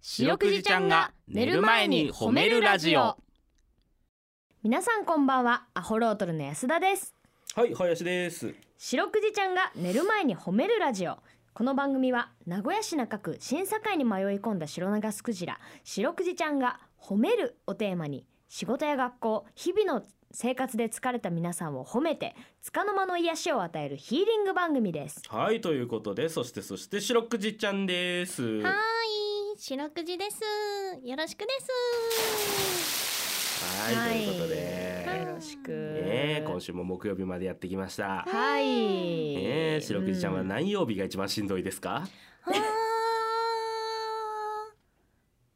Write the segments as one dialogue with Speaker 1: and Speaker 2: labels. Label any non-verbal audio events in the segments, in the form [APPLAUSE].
Speaker 1: 白くじちゃんが寝る前に褒めるラジオ
Speaker 2: 皆さんこんばんはアホロートルの安田です
Speaker 3: はい、林です。
Speaker 2: 白くじちゃんが寝る前に褒めるラジオこの番組は名古屋市中区審査会に迷い込んだ白長スクジラ白くじちゃんが褒めるをテーマに仕事や学校日々の生活で疲れた皆さんを褒めて束の間の癒しを与えるヒーリング番組です
Speaker 3: はい、ということで、そしてそして白くじちゃんです。
Speaker 4: は
Speaker 3: は
Speaker 4: ーい、白くじです。よろしくです。
Speaker 3: い、ということで、
Speaker 2: はい
Speaker 3: ね
Speaker 2: よろしく
Speaker 3: え今週も木曜日までやってきました。
Speaker 2: はい、
Speaker 3: ねえ白くじちゃんは何曜日が一番しんどいですか？
Speaker 4: あ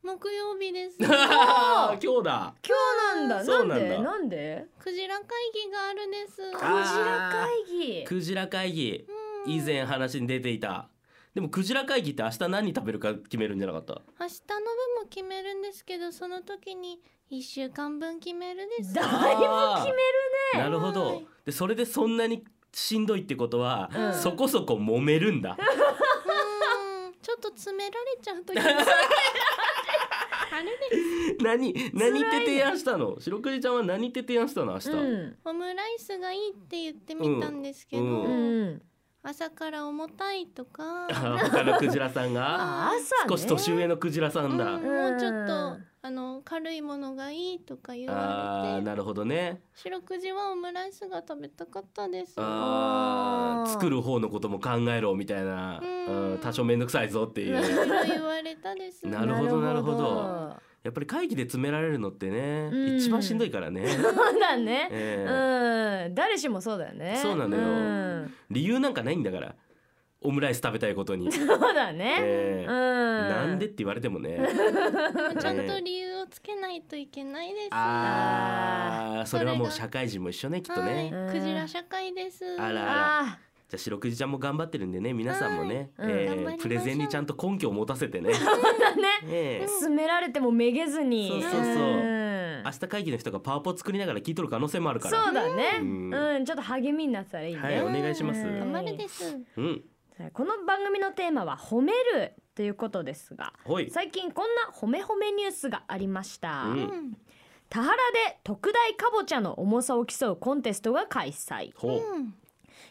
Speaker 4: ー木曜
Speaker 3: [LAUGHS]
Speaker 4: 日です。クジ
Speaker 3: 今日
Speaker 2: 今
Speaker 3: だ。
Speaker 2: 日なんだ
Speaker 3: そう
Speaker 2: な
Speaker 3: なんん
Speaker 2: で
Speaker 3: だ
Speaker 2: なんで
Speaker 4: ラ会議があるんです。
Speaker 2: クジラ会議
Speaker 3: クジラ会議
Speaker 4: うん
Speaker 3: 以前話に出ていた。でもクジラ会議って明日何食べるか決めるんじゃなかった？
Speaker 4: 明日の分も決めるんですけど、その時に一週間分決めるです。
Speaker 2: だいぶ決める
Speaker 3: めるね。なるほ
Speaker 4: は
Speaker 3: ど
Speaker 4: い。
Speaker 3: でそれでそんなにしんどいってことは、
Speaker 2: うん
Speaker 3: そこそこ揉めるんだ。
Speaker 4: うんちょっと詰められちゃう時もあ
Speaker 3: [LAUGHS]
Speaker 4: るです。
Speaker 3: 何何って提案したの白くじちゃんは何って提案したの明日、
Speaker 2: うん
Speaker 4: オムライスがいいって言ってみたんですけど、
Speaker 3: うん
Speaker 2: うん
Speaker 4: 朝から重たいとか。
Speaker 3: あ他のクジラさんが
Speaker 2: あ朝ね
Speaker 3: 少し年上のクジラさんだ、
Speaker 4: うんもうちょっとあの軽いものがいいとか言
Speaker 3: あ
Speaker 4: わ
Speaker 3: ー
Speaker 4: れて
Speaker 3: なるほどね
Speaker 4: 白くじはオムライスが食べたかったです
Speaker 3: あ
Speaker 2: あー
Speaker 3: ー作る方のことも考えろみたいな、
Speaker 4: うん
Speaker 3: うん多少面倒くさいぞってい
Speaker 4: いろ
Speaker 3: う
Speaker 4: いろ言われたで
Speaker 3: [LAUGHS]
Speaker 4: す
Speaker 3: な
Speaker 4: [LAUGHS]
Speaker 3: るほどなるほど
Speaker 2: な
Speaker 3: やっぱり会議で詰められるのってね、
Speaker 2: うん
Speaker 3: 一番しんどいからね、
Speaker 2: るほどそうだね
Speaker 3: ええ
Speaker 2: うん誰しもそうだよね
Speaker 3: そうなのよ
Speaker 2: うん
Speaker 3: 理由なんかないんだからオムライス食べたいことに、
Speaker 2: そうだねう
Speaker 3: え
Speaker 2: ん
Speaker 3: えなんでって言われてもね
Speaker 4: ちゃんと理由をつけないといけないです
Speaker 3: あーそれはもう
Speaker 4: それが
Speaker 3: 社会人も一緒ねきっとね、
Speaker 4: はい
Speaker 2: うん
Speaker 4: クジラ社会です
Speaker 3: あら
Speaker 2: あ
Speaker 3: じゃあ白くじちゃんも頑張ってるんでね皆さんもね、
Speaker 2: はいうん
Speaker 3: えー
Speaker 4: 頑張りましょう
Speaker 3: プレゼンにちゃんと根拠を持たせ
Speaker 2: [LAUGHS]
Speaker 3: てね、
Speaker 2: ーだね
Speaker 3: えー
Speaker 2: 詰められてもめげずに
Speaker 3: そうそうそうん明日会議の人がパワポ作りながら聞いとる可能性もあるから
Speaker 2: そうだね
Speaker 3: うん
Speaker 2: うんちょっと励みになってたらいい
Speaker 3: はいお
Speaker 2: ね
Speaker 3: 願いします、
Speaker 2: う
Speaker 4: 頑
Speaker 2: ん
Speaker 4: 張るです
Speaker 3: うん
Speaker 2: さあこの番組のテーマは褒めるということですが
Speaker 3: ほい
Speaker 2: 最近こんな褒め褒めニュースがありました
Speaker 3: う
Speaker 4: うんん
Speaker 2: 田原で特大かぼちゃの重さを競うコンテストが開催
Speaker 3: ほ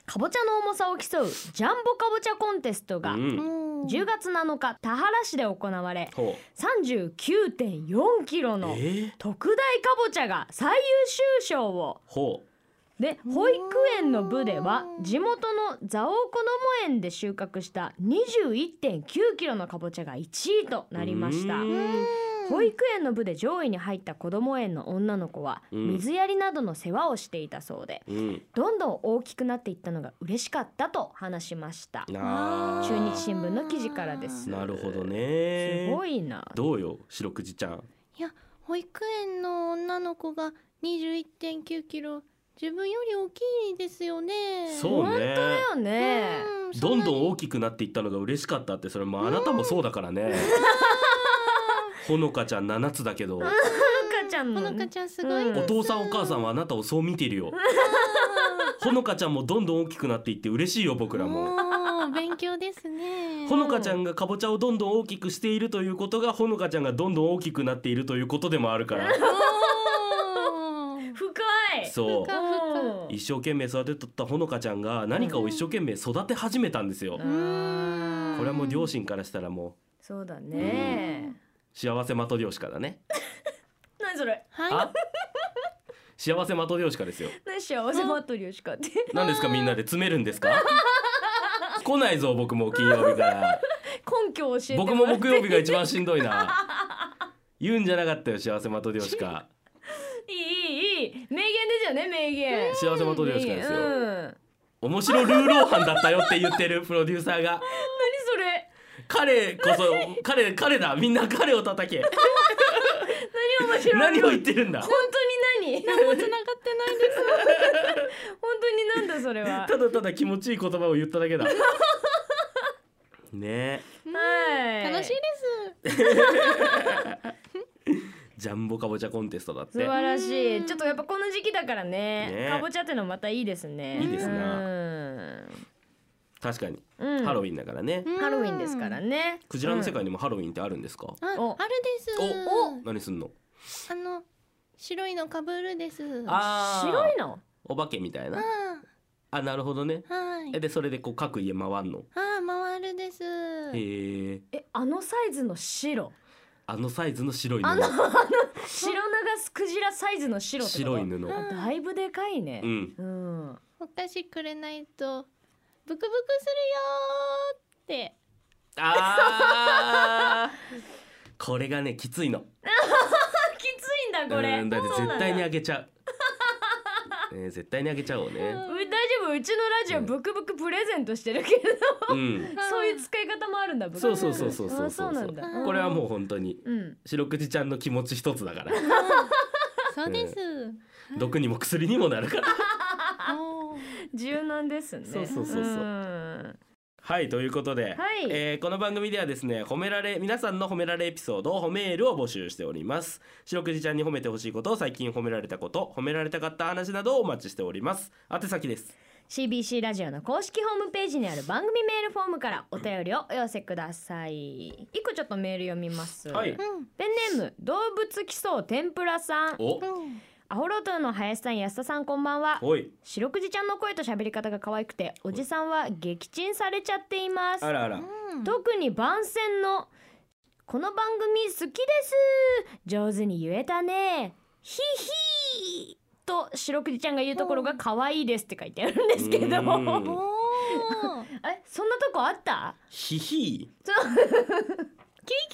Speaker 2: かぼちゃの重さを競うジャンボかぼちゃコンテスト
Speaker 3: う、
Speaker 2: が
Speaker 3: うん
Speaker 4: うん
Speaker 2: 10月7日田原市で行われ
Speaker 3: ほ
Speaker 2: 39.4キロ
Speaker 3: うえ
Speaker 2: の
Speaker 3: ー、
Speaker 2: 特大かぼちゃが最優秀賞を
Speaker 3: ほ
Speaker 2: で保育園の部では地元の蔵王こども園で収穫した21.9キロのかぼちゃが1位と
Speaker 3: う
Speaker 2: なりました
Speaker 3: う。ん
Speaker 2: 保育園の部で上位に入った子ども園の女の子は
Speaker 3: うん
Speaker 2: 水やりなどの世話をしていたそうで
Speaker 3: うん
Speaker 2: どんどん大きくなっていったのが嬉しかったと話しました
Speaker 3: なあ
Speaker 2: 中日新聞の記事からです
Speaker 3: なるほど
Speaker 2: す
Speaker 3: ね
Speaker 2: ごいな
Speaker 3: どうよ白くじちゃん
Speaker 4: 保育園の女の子が21.9キロ自分より大きいですよね
Speaker 3: そうね
Speaker 2: だよね
Speaker 4: うんそ
Speaker 3: どんど
Speaker 4: なに
Speaker 3: ん大きくなっていったのが嬉しかったってそれもうあなたもそうだか
Speaker 2: [LAUGHS]
Speaker 3: らねほのかちゃん7つだけど
Speaker 2: [LAUGHS] かちゃん
Speaker 4: ほ
Speaker 2: の
Speaker 4: のかちゃんすごい、
Speaker 2: うん
Speaker 3: お父さんお母さんはあなたをそう見てるよ。ほのかちゃんもどんどん大きくなっていって嬉しいよ僕らも。
Speaker 4: もう勉強ですね
Speaker 3: ほのかちゃんがかぼちゃをどんどん大きくしているということがほのかちゃんがどんどん大きくなっているということでもあるから。
Speaker 4: おー
Speaker 2: 深い
Speaker 3: そう
Speaker 4: か。深
Speaker 3: 一生懸命育てとったほのかちゃんが何かを一生懸命育て始めたんです
Speaker 2: う。
Speaker 3: よ
Speaker 4: [LAUGHS] うん
Speaker 2: ん
Speaker 3: これはもう両親からしたらも
Speaker 2: そうだね
Speaker 3: う幸せ的漁師からね。
Speaker 2: 何それ
Speaker 4: は
Speaker 3: あ幸せ的漁師からですよ。
Speaker 2: 何幸せマトリオしかって
Speaker 3: 何ですかみんなで詰めるんですか来ないぞ僕も金曜日から。
Speaker 2: 根拠を教えて
Speaker 3: 僕
Speaker 2: も
Speaker 3: も
Speaker 2: らって
Speaker 3: 木曜日が一番しんど
Speaker 2: [LAUGHS]
Speaker 3: いな言うんじゃなかったよ幸せ的漁師か
Speaker 2: いいいいいい名言ですよね名言
Speaker 3: 幸せ的漁師かですよ
Speaker 2: うん
Speaker 3: 面白ルーローハンだったよって言ってるプロデューサーが
Speaker 2: 何それ
Speaker 3: 彼こそ彼彼だみんな彼を叩け
Speaker 2: 何面白い
Speaker 3: 何を言ってるんだ
Speaker 2: 本当に何
Speaker 4: 繋がってないです
Speaker 2: 本当になんだそれ [LAUGHS] は
Speaker 3: ただただ気持ちいい言葉を言っただけだねえ
Speaker 2: はい
Speaker 4: 楽しいです
Speaker 3: ジャンボかぼちゃコンテストだっ
Speaker 2: 素
Speaker 3: て
Speaker 2: 晴らし
Speaker 4: う
Speaker 2: い
Speaker 4: ん
Speaker 2: ちょっとやっぱこの時期だからね
Speaker 3: ね
Speaker 2: かぼちゃってのまたいいですね
Speaker 3: いいですな
Speaker 2: うん
Speaker 3: 確かに、
Speaker 2: うん、
Speaker 3: ハロウ
Speaker 2: ィ
Speaker 3: ィンだからね、
Speaker 4: うん
Speaker 2: ハロウィンですからね
Speaker 3: クジラの世界にもハロウィンってあるんですか、
Speaker 4: あ、
Speaker 2: お
Speaker 4: あるです。
Speaker 3: お何すんの
Speaker 4: あの白いのかぶるです。
Speaker 3: あー
Speaker 2: 白いの
Speaker 3: お化けみたい
Speaker 4: あ
Speaker 3: なあなるほどね
Speaker 4: ー、はい
Speaker 3: え。でそれでこう各家回んの
Speaker 4: あー、回るです。
Speaker 3: へえ
Speaker 2: えあのサイズの白
Speaker 3: あのサイズの白い布
Speaker 2: あのあの白長スクジラサイズの白ってこと
Speaker 3: 白い布
Speaker 4: ん
Speaker 2: だいぶでかいね [LAUGHS]
Speaker 3: うん
Speaker 2: うん、
Speaker 4: お菓子くれないとブクブクするよーって。
Speaker 3: あーこれがねきついの
Speaker 2: きついんだこれ
Speaker 3: うんだって絶対にあ
Speaker 2: う
Speaker 3: げちゃう、ね、絶対にあげちゃおうね
Speaker 4: うん
Speaker 2: 大丈夫うちのラジオ
Speaker 3: うん
Speaker 2: ブクブクプレゼントしてるけど、
Speaker 3: うん
Speaker 2: そういう使い方もあるんだブク
Speaker 3: そ
Speaker 2: ブ
Speaker 3: う
Speaker 2: ク
Speaker 3: そうそうそうそう
Speaker 2: あそうなんだ
Speaker 4: うん
Speaker 3: これはもう本当に
Speaker 2: うん
Speaker 3: 白くじちゃんの気持ち一つだから
Speaker 4: そうです。
Speaker 3: 毒にも薬にもなるから
Speaker 4: おー
Speaker 2: 柔軟ですね
Speaker 3: そうそうそうそうんはいということで、
Speaker 2: はい
Speaker 3: えーこの番組ではですね褒められ皆さんの褒められエピソード褒めールを募集しております白くじちゃんに褒めてほしいこと最近褒められたこと褒められたかった話などをお待ちしております宛先です
Speaker 2: CBC ラジオの公式ホームページにある番組メールフォームからお便りをお寄せください一個ちょっとメール読みます、
Speaker 3: はい
Speaker 2: ペンネーム動物奇想天ぷらさん
Speaker 3: お
Speaker 4: うん。うん。
Speaker 2: アホロートゥの林さん安田さんこんばんは
Speaker 3: おい
Speaker 2: 白くじちゃんの声と喋り方が可愛くておじさんは撃沈されちゃっています
Speaker 3: あらあら
Speaker 4: うん
Speaker 2: 特に番宣のこの番組好きです上手に言えたねヒヒーと白くじちゃんが言うところが可愛いですって書いてあるんですけど [LAUGHS] えそんな
Speaker 3: う
Speaker 2: ん
Speaker 4: おー。
Speaker 2: とこあった
Speaker 3: ヒヒ
Speaker 2: そう
Speaker 3: ー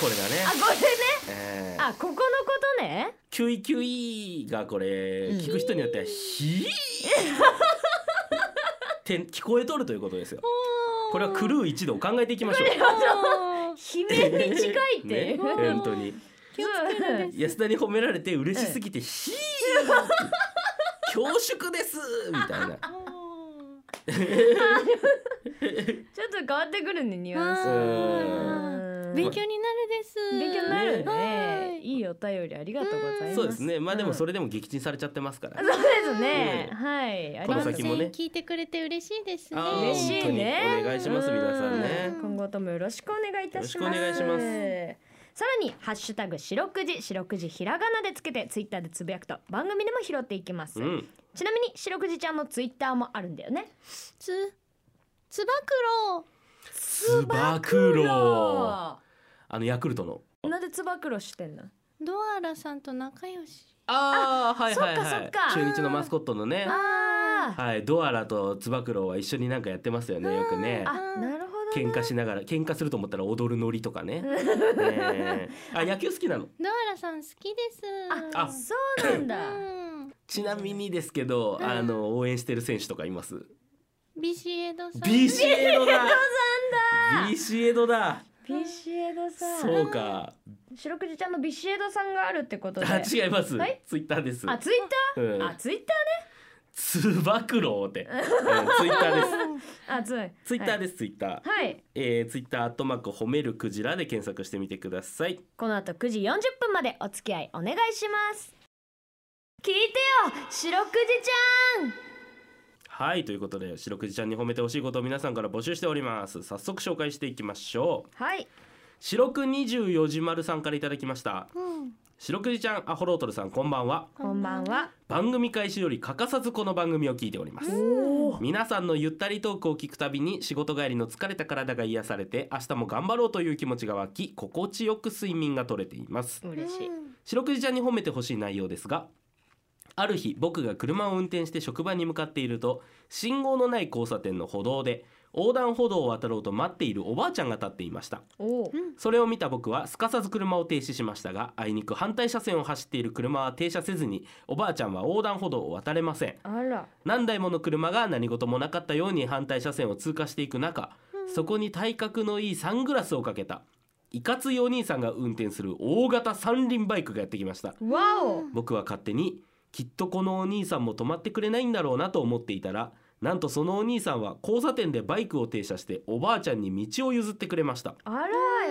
Speaker 3: これだね
Speaker 2: あこれね
Speaker 3: えー
Speaker 2: あここのことね
Speaker 3: キュイキュイがこれ聞く人によってはヒーって聞こえとるということですよこれは狂う一度を考えていきましょう
Speaker 4: おー
Speaker 2: 悲鳴に近いっていう、
Speaker 3: ね、本当に
Speaker 4: 気をつけるんです。
Speaker 3: 安田に褒められて嬉しすぎて
Speaker 2: [LAUGHS]
Speaker 3: ヒー恐縮ですみたいな [LAUGHS]
Speaker 4: お
Speaker 2: ち
Speaker 4: ー
Speaker 2: ょっと変わってくるねニュアンスう
Speaker 4: あ
Speaker 2: ん
Speaker 4: 勉強になるです。
Speaker 2: 勉強になる
Speaker 4: は
Speaker 2: ね
Speaker 4: い
Speaker 2: いいお便りありがとうございます
Speaker 3: そうですねまあでもそ
Speaker 2: れ、
Speaker 3: れでも撃沈されちゃってますから
Speaker 2: うんそうですね、
Speaker 3: うん
Speaker 2: はいあり
Speaker 3: こ
Speaker 2: が
Speaker 3: の
Speaker 2: とう
Speaker 3: 先もね
Speaker 4: 番宣聞いてくれて嬉しいですね。
Speaker 3: あー
Speaker 2: 嬉しいね
Speaker 3: 本当にお願いします
Speaker 2: うん
Speaker 3: 皆さんね
Speaker 2: 今後ともよろしくお願いいたします
Speaker 3: よろしくお願いします
Speaker 2: さらにハッシュタグ四六時四六時ひらがなでつけてツイッターでつぶやくと番組でも拾っていきます、
Speaker 3: うん
Speaker 2: ちなみに四六時ちゃんのツイッターもあるんだよね
Speaker 4: つ、つば九郎。
Speaker 3: つば九郎あのヤクルトの
Speaker 2: なんでつば九郎してんの
Speaker 4: ドアラさんと仲良し。
Speaker 3: ああはいはい
Speaker 2: そっかそ
Speaker 3: は
Speaker 2: っ
Speaker 3: い
Speaker 2: か
Speaker 3: 中日のマスコットのね
Speaker 2: あー
Speaker 3: はいドアラとつば九郎は一緒になんかやってますよねよくね
Speaker 2: あなるほどね
Speaker 3: 喧嘩しながら喧嘩すると思ったら踊るノリとかねえーあ野球好きなの
Speaker 4: ドアラさん好きです。
Speaker 2: あ
Speaker 3: あ
Speaker 2: そうなんだ
Speaker 4: うん。
Speaker 3: ちなみにですけどあの応援してる選手とかいます
Speaker 4: ビシエドさん。
Speaker 3: ビシエドだビシエドだ
Speaker 2: [LAUGHS] ビシエドさん
Speaker 3: そうか
Speaker 2: 白くじちゃんのビシエドさんがあるってことで
Speaker 3: あ違います
Speaker 2: はい
Speaker 3: ツイッターです
Speaker 2: あツイッ
Speaker 3: う
Speaker 2: ター、あ
Speaker 3: ん
Speaker 2: ツイッ
Speaker 3: つば九郎ってうんツイッターです
Speaker 2: ターあツイ
Speaker 3: ツイッターですツイッター
Speaker 2: はい、はい、
Speaker 3: えーツイッターアットマーク褒めるクジラで検索してみてください
Speaker 2: この後9時40分までお付き合いお願いします聞いてよ白くじちゃん
Speaker 3: はいということで白くじちゃんに褒めてほしいことを皆さんから募集しております早速紹介していきましょう
Speaker 2: はい
Speaker 3: 白く24時丸さんからいただきました
Speaker 4: うん。
Speaker 3: 白くじちゃんアホロートルさんこんばんは
Speaker 2: こんばん。は
Speaker 3: 番組開始より欠かさずこの番組を聞いております
Speaker 2: おー
Speaker 3: 皆さんのゆったりトークを聞くたびに仕事帰りの疲れた体が癒されて明日も頑張ろうという気持ちが湧き心地よく睡眠が取れています
Speaker 2: 嬉しい、
Speaker 4: うん
Speaker 3: 白くじちゃんに褒めてほしい内容ですがある日僕が車を運転して職場に向かっていると信号のない交差点の歩道で横断歩道を渡ろうと待っているおばあちゃんが立っていました
Speaker 2: おー
Speaker 3: それを見た僕はすかさず車を停止しましたがあいにく反対車線を走っている車は停車せずにおばあちゃんは横断歩道を渡れません
Speaker 2: あら
Speaker 3: 何台もの車が何事もなかったように反対車線を通過していく中そこに体格のいいサングラスをかけたいかついお兄さんが運転する大型三輪バイクがやってきました
Speaker 2: わお
Speaker 3: 僕は勝手にきっとこのお兄さんも止まってくれないんだろうなと思っていたらなんとそのお兄さんは交差点でバイクを停車しておばあちゃんに道を譲ってくれました
Speaker 2: あら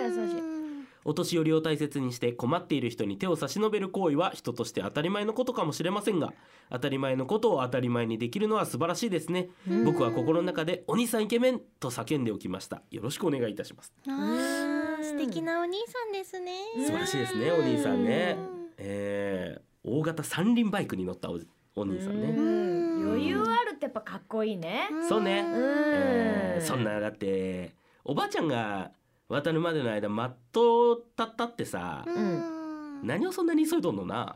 Speaker 2: 優しい
Speaker 4: うん
Speaker 3: お年寄りを大切にして困っている人に手を差し伸べる行為は人として当たり前のことかもしれませんが当たり前のことを当たり前にできるのは素晴らしいですね
Speaker 4: うん
Speaker 3: 僕は心の中でお兄さんイケメンと叫んでおきましたよろしくお願いいたします
Speaker 4: あー素敵なお兄さんですね
Speaker 3: 素晴らしいですねお兄さんねえー、大型三輪バイクに乗ったおお兄さんね
Speaker 2: うん
Speaker 4: うん
Speaker 2: 余裕あるってやっぱかっこいいね。
Speaker 3: そうね
Speaker 2: うん。
Speaker 3: えーそんなだっておばあちゃんが渡るまでの間まっとうたったってさ、
Speaker 4: んね
Speaker 3: 何をそんなに急いどんのな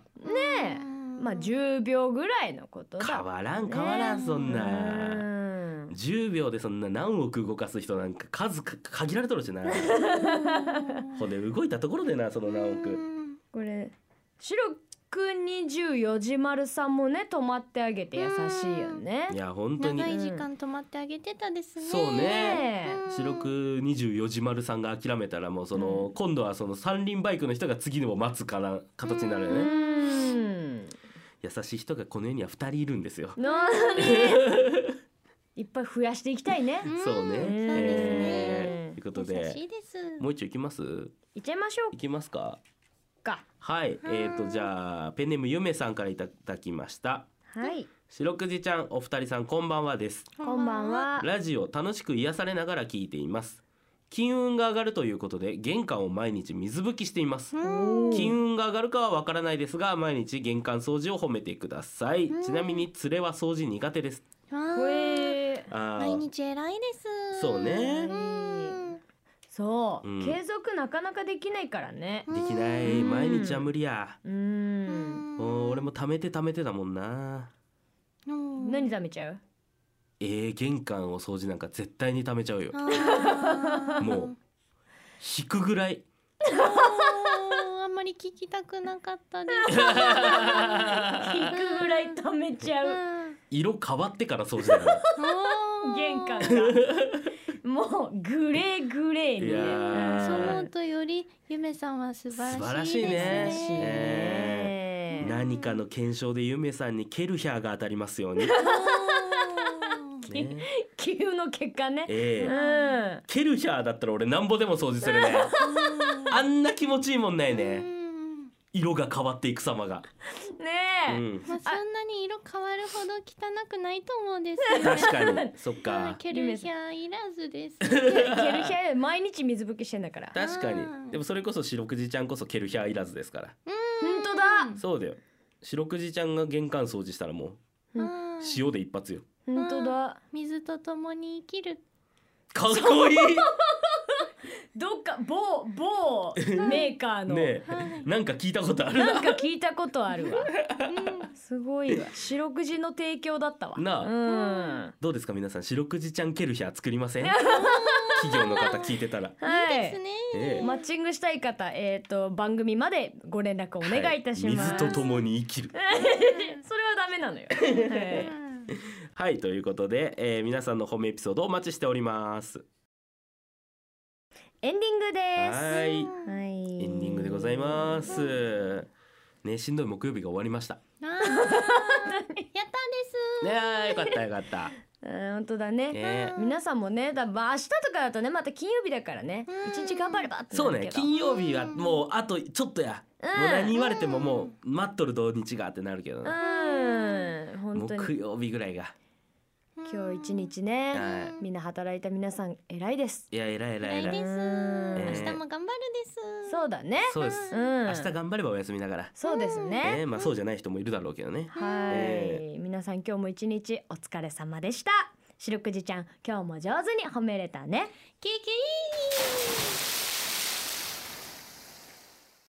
Speaker 2: えまあ10秒ぐらいのことだ。
Speaker 3: 変わらん変わらんそんな、
Speaker 2: うん
Speaker 3: 10秒でそんな何億動かす人なんか数か限られとるし
Speaker 4: [LAUGHS]
Speaker 3: なほんで動いたところでなその何億
Speaker 2: これ白くに十四時丸さんもね止まってあげて優しいよね
Speaker 3: い。や本当に
Speaker 4: 長い時間止まってあげてたですね
Speaker 3: そうね
Speaker 2: ねえ
Speaker 3: 白く24時丸さんが諦めたらもうその、
Speaker 2: うん
Speaker 3: 今度はその三輪バイクの人が次のを待つから形になるよね、
Speaker 2: うん。
Speaker 3: 優しい人がこの世には2人いるんですよ
Speaker 2: なのにいっぱい増やしていきたいね。
Speaker 4: ん
Speaker 3: そうね、
Speaker 4: そうですね
Speaker 3: えーということ
Speaker 4: 優し
Speaker 3: で
Speaker 4: いです
Speaker 3: もう一丁いきます
Speaker 2: いっちゃいましょ
Speaker 3: いきますか
Speaker 2: うか。
Speaker 3: はい、えー、とじゃあペンネームゆめさんからいただきました
Speaker 2: はい。
Speaker 3: 白くじちゃんお二人さんこんばんはです
Speaker 2: こんばんは。
Speaker 3: ラジオ楽しく癒されながら聞いています金運が上がるということで玄関を毎日水拭きしています
Speaker 4: うん
Speaker 3: 金運が上がるかはわからないですが毎日玄関掃除を褒めてください
Speaker 4: うん
Speaker 3: ちなみに連れは掃除苦手です
Speaker 4: あ
Speaker 2: ほ
Speaker 4: ー
Speaker 2: え
Speaker 3: あ
Speaker 4: 毎
Speaker 3: ー
Speaker 4: 日偉いです
Speaker 3: そうね
Speaker 4: うん
Speaker 2: そう、
Speaker 3: うん
Speaker 2: 継続なかなかできないからね。
Speaker 3: できない
Speaker 4: うん
Speaker 3: 毎日は無理や
Speaker 2: う。
Speaker 4: うんん
Speaker 3: もう俺も貯めて貯めてだもんな
Speaker 4: うん
Speaker 2: 何食べちゃう？
Speaker 3: えー、玄関を掃除なんか絶対に貯めちゃうよ
Speaker 4: あ
Speaker 3: [LAUGHS]
Speaker 4: ー
Speaker 3: もう引くぐらい
Speaker 4: お [LAUGHS] ーあんまり聞きたくなかっ
Speaker 3: [LAUGHS]
Speaker 4: たです。
Speaker 2: 引くぐらい貯めちゃ
Speaker 4: う
Speaker 2: う。
Speaker 4: ん
Speaker 3: 色変わってから掃除だから
Speaker 4: おー
Speaker 2: [LAUGHS] 玄関がもうグレーグレーにね。
Speaker 3: いやー
Speaker 4: そう思うとよりゆめさんは素晴らし
Speaker 2: 嬉しい
Speaker 3: 素
Speaker 4: いです
Speaker 3: 晴らしいね
Speaker 4: ね。
Speaker 2: ね
Speaker 3: 何かの検証でゆめさんにケルヒャーが当たりますように。ね
Speaker 2: 急の結果ね。
Speaker 3: ええ
Speaker 2: うん。
Speaker 3: ケルヒャーだったら俺なんぼでも掃除するね。あんな気持ちいいもんない
Speaker 4: おーう
Speaker 3: ね。
Speaker 4: ん
Speaker 3: 色が変わっていく様が。
Speaker 2: ね
Speaker 3: う
Speaker 2: え。
Speaker 3: ん、
Speaker 4: まあそんなに色変わるほど汚くないと思うんですよ。
Speaker 3: [LAUGHS] 確かに。そっか。
Speaker 4: ケルヒャーいらずです。
Speaker 2: ケルヒャー毎日水拭きしてんだから。
Speaker 3: 確か
Speaker 4: う
Speaker 3: に。
Speaker 4: ん
Speaker 3: でもそれこそ白くじちゃんこそケルヒャーいらずですから。
Speaker 2: 本当だ。
Speaker 3: そうだよ。白くじちゃんが玄関掃除したらも
Speaker 2: う
Speaker 4: うん
Speaker 3: う塩で一発よ。
Speaker 2: 本当だ。
Speaker 4: 水と共に生きる。
Speaker 3: かっこいい。
Speaker 2: どっか某
Speaker 3: [LAUGHS]
Speaker 2: 某メーカーの。
Speaker 3: ね
Speaker 4: は
Speaker 3: え
Speaker 4: い、
Speaker 3: なんか聞いたことある
Speaker 2: な
Speaker 3: な。
Speaker 2: んか聞いたことあるわ。
Speaker 4: うん
Speaker 2: すごいわ。四六時の提供だったわ。
Speaker 3: なあ
Speaker 2: うん。
Speaker 3: どうですか皆さん白くじちゃんケルヒャー作り
Speaker 2: [LAUGHS]
Speaker 3: ません？企業の方聞いてたら。
Speaker 2: はい
Speaker 4: いいですね。
Speaker 3: ええ
Speaker 2: マッチングしたい方、えっ、と番組までご連絡お願いいたします。
Speaker 3: はい水とともに生きる。 [LAUGHS]
Speaker 2: それはダメなのよ。はい
Speaker 4: うん
Speaker 3: はいということで、えー皆さんの褒めエピソードをお待ちしております。
Speaker 2: エンディングです。
Speaker 3: は
Speaker 2: [LAUGHS]
Speaker 3: い
Speaker 2: はい
Speaker 3: エンディングでございます。ねしんどい木曜日が終わりました。
Speaker 4: あーやったです。
Speaker 3: ねあよかったよかった。
Speaker 2: [LAUGHS] うん、本当だね。
Speaker 3: ね
Speaker 2: 皆さんもね、多分明日とかだとね、また金曜日だからね
Speaker 4: う、ん
Speaker 2: 一日頑張ればってな
Speaker 3: そう
Speaker 2: る
Speaker 3: ね
Speaker 2: けど。
Speaker 3: 金曜日はもうあとちょっとや。
Speaker 2: うん
Speaker 3: もう何言われてももう待っとる土日がってなるけどな。
Speaker 2: うん、本当
Speaker 3: 木
Speaker 2: に。
Speaker 3: 曜日ぐらいが。
Speaker 2: 今日一日
Speaker 3: は
Speaker 2: ね
Speaker 3: い、
Speaker 2: みんな働いた皆さん偉いです。
Speaker 3: いやえらいえらいえ
Speaker 4: い
Speaker 3: ら
Speaker 4: で
Speaker 3: い。
Speaker 4: す。
Speaker 3: ええ
Speaker 4: 明日も頑張るです。
Speaker 2: そうだね。
Speaker 3: そうです。
Speaker 2: うん、
Speaker 3: 明日頑張ればお休みだから。
Speaker 2: そうです
Speaker 3: ね
Speaker 2: ね。
Speaker 3: まあそうじゃない人もいるだろうけどね。
Speaker 2: はい
Speaker 3: え、
Speaker 2: 皆さん今日も一日お疲れ様でした。しろくじちゃん、今日も上手に褒めれたね。
Speaker 4: キキー